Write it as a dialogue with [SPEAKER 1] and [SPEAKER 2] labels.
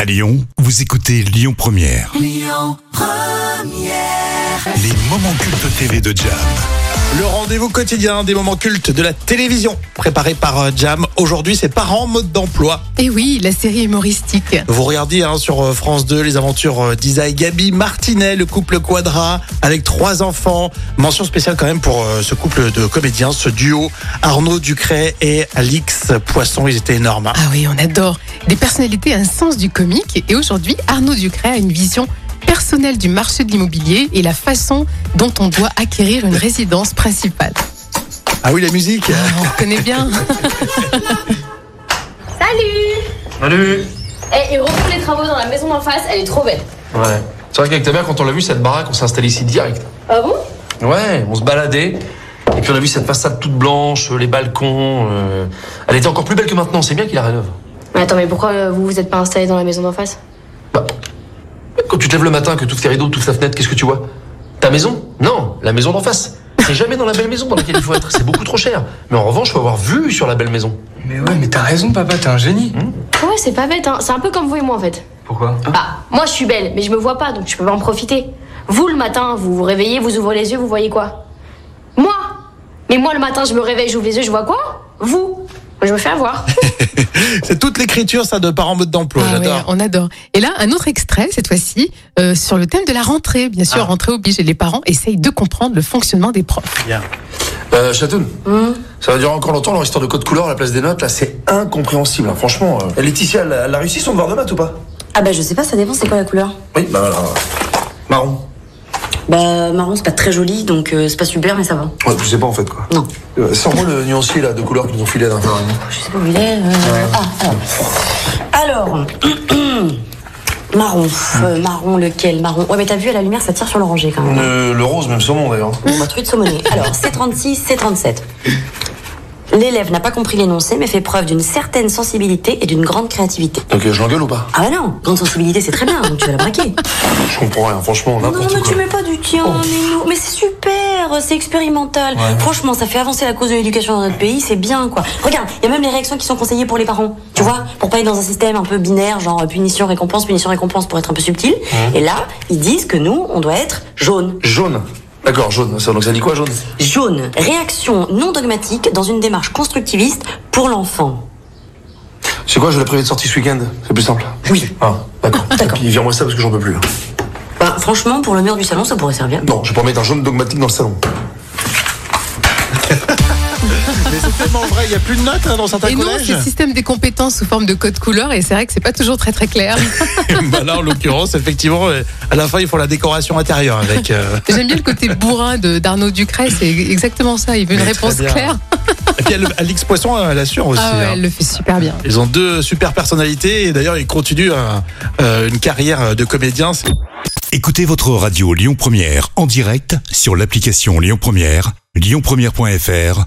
[SPEAKER 1] À Lyon, vous écoutez Lyon Première. Les moments cultes TV de Jam.
[SPEAKER 2] Le rendez-vous quotidien des moments cultes de la télévision, préparé par euh, Jam. Aujourd'hui, c'est parents mode d'emploi.
[SPEAKER 3] Et Eh oui, la série humoristique.
[SPEAKER 2] Vous regardiez hein, sur euh, France 2 les aventures euh, d'Isa et Gabi Martinet, le couple Quadra, avec trois enfants. Mention spéciale quand même pour euh, ce couple de comédiens, ce duo Arnaud Ducret et Alix Poisson. Ils étaient énormes. hein.
[SPEAKER 3] Ah oui, on adore. Des personnalités à un sens du comique. Et aujourd'hui, Arnaud Ducret a une vision personnelle du marché de l'immobilier et la façon dont on doit acquérir une résidence principale.
[SPEAKER 2] Ah oui, la musique
[SPEAKER 3] Ah, on reconnaît bien. Ah
[SPEAKER 4] Salut
[SPEAKER 5] Salut
[SPEAKER 4] Eh, et reprends les travaux dans la maison d'en face, elle est trop belle.
[SPEAKER 5] Ouais. C'est vrai qu'avec ta mère, quand on l'a vu, cette baraque, on s'est installé ici direct.
[SPEAKER 4] Ah bon
[SPEAKER 5] Ouais, on se baladait. Et puis on a vu cette façade toute blanche, les balcons. euh, Elle était encore plus belle que maintenant, c'est bien qu'il la rénove.
[SPEAKER 4] Mais attends, mais pourquoi euh, vous vous êtes pas installé dans la maison d'en face
[SPEAKER 5] Bah, quand tu te lèves le matin, que toutes tes rideaux, toute ta fenêtre, qu'est-ce que tu vois Ta maison Non, la maison d'en face. C'est jamais dans la belle maison dans laquelle il faut être, c'est beaucoup trop cher. Mais en revanche, faut avoir vu sur la belle maison.
[SPEAKER 6] Mais ouais, mais t'as raison, papa, t'es un génie.
[SPEAKER 4] Ouais, c'est pas bête, hein. c'est un peu comme vous et moi en fait.
[SPEAKER 5] Pourquoi
[SPEAKER 4] Bah, moi je suis belle, mais je me vois pas, donc je peux pas en profiter. Vous le matin, vous vous réveillez, vous ouvrez les yeux, vous voyez quoi Moi Mais moi le matin, je me réveille, j'ouvre les yeux, je vois quoi Vous Moi, je me fais avoir.
[SPEAKER 2] C'est toute l'écriture, ça, de parents mode d'emploi.
[SPEAKER 3] Ah ouais,
[SPEAKER 2] J'adore.
[SPEAKER 3] on adore. Et là, un autre extrait, cette fois-ci, euh, sur le thème de la rentrée. Bien
[SPEAKER 2] Ah.
[SPEAKER 3] sûr, rentrée oblige. Et les parents essayent de comprendre le fonctionnement des profs.
[SPEAKER 5] Euh, Chatoun, ça va durer encore longtemps leur histoire de code couleur à la place des notes, là, c'est incompréhensible, hein, franchement. euh. Laetitia, elle a- elle a réussi son devoir de maths ou pas
[SPEAKER 7] Ah bah je sais pas, ça dépend c'est quoi la couleur.
[SPEAKER 5] Oui, bah voilà. Marron.
[SPEAKER 7] Bah marron c'est pas très joli donc euh, c'est pas super mais ça va.
[SPEAKER 5] Ouais, je sais pas en fait quoi.
[SPEAKER 7] Non.
[SPEAKER 5] Euh, Sors-moi le nuancier là de couleurs qu'ils nous ont filé là.
[SPEAKER 7] Je sais pas où il est. euh, Ah ça va. Alors marron, euh, marron lequel Marron. Ouais mais t'as vu à la lumière ça tire sur l'oranger quand même.
[SPEAKER 5] Le, le rose, même saumon d'ailleurs.
[SPEAKER 7] Bon bah truc de saumonné. Alors C36, C37. L'élève n'a pas compris l'énoncé mais fait preuve d'une certaine sensibilité et d'une grande créativité.
[SPEAKER 5] Donc euh, je l'engueule ou pas
[SPEAKER 7] Ah bah non, grande sensibilité c'est très bien donc tu vas la braquer.
[SPEAKER 5] Je comprends rien, franchement,
[SPEAKER 7] Non, non,
[SPEAKER 5] n'importe
[SPEAKER 7] mais
[SPEAKER 5] quoi.
[SPEAKER 7] tu mets pas du tien, Néo. Mais c'est super, c'est expérimental. Franchement, ça fait avancer la cause de l'éducation dans notre pays, c'est bien, quoi. Regarde, il y a même les réactions qui sont conseillées pour les parents. Tu vois, pour pas être dans un système un peu binaire, genre euh, punition, récompense, punition, récompense, pour être un peu subtil. Et là, ils disent que nous, on doit être jaune.
[SPEAKER 5] Jaune. D'accord, jaune. Ça, donc ça dit quoi jaune
[SPEAKER 7] Jaune, réaction non dogmatique dans une démarche constructiviste pour l'enfant.
[SPEAKER 5] C'est quoi, je vais la priver de sortie ce week-end C'est plus simple.
[SPEAKER 7] Oui.
[SPEAKER 5] Ah, d'accord.
[SPEAKER 7] D'accord.
[SPEAKER 5] Et puis vire-moi ça parce que j'en peux plus. hein. là.
[SPEAKER 7] Bah, franchement, pour le mur du salon, ça pourrait servir.
[SPEAKER 5] Non, je vais pas mettre un jaune dogmatique dans le salon.
[SPEAKER 2] Mais c'est tellement vrai, il n'y a plus de notes hein, dans certains
[SPEAKER 3] Et non,
[SPEAKER 2] collèges.
[SPEAKER 3] c'est le système des compétences sous forme de code couleur. Et c'est vrai que c'est pas toujours très très clair.
[SPEAKER 2] bah là, en l'occurrence, effectivement, euh, à la fin, ils font la décoration intérieure avec. euh,
[SPEAKER 3] J'aime bien le côté bourrin de- d'Arnaud Ducret. C'est exactement ça. Il veut une
[SPEAKER 2] Mais très
[SPEAKER 3] réponse
[SPEAKER 2] bien.
[SPEAKER 3] claire.
[SPEAKER 2] Et puis, elle- Alix Poisson, elle assure aussi.
[SPEAKER 3] Ah ouais,
[SPEAKER 2] hein.
[SPEAKER 3] elle le fait super bien.
[SPEAKER 2] Ils ont deux super personnalités et d'ailleurs ils continuent un- euh, une carrière de comédien. C'est-
[SPEAKER 1] Écoutez votre radio Lyon Première en direct sur l'application Lyon Première, lyonpremière.fr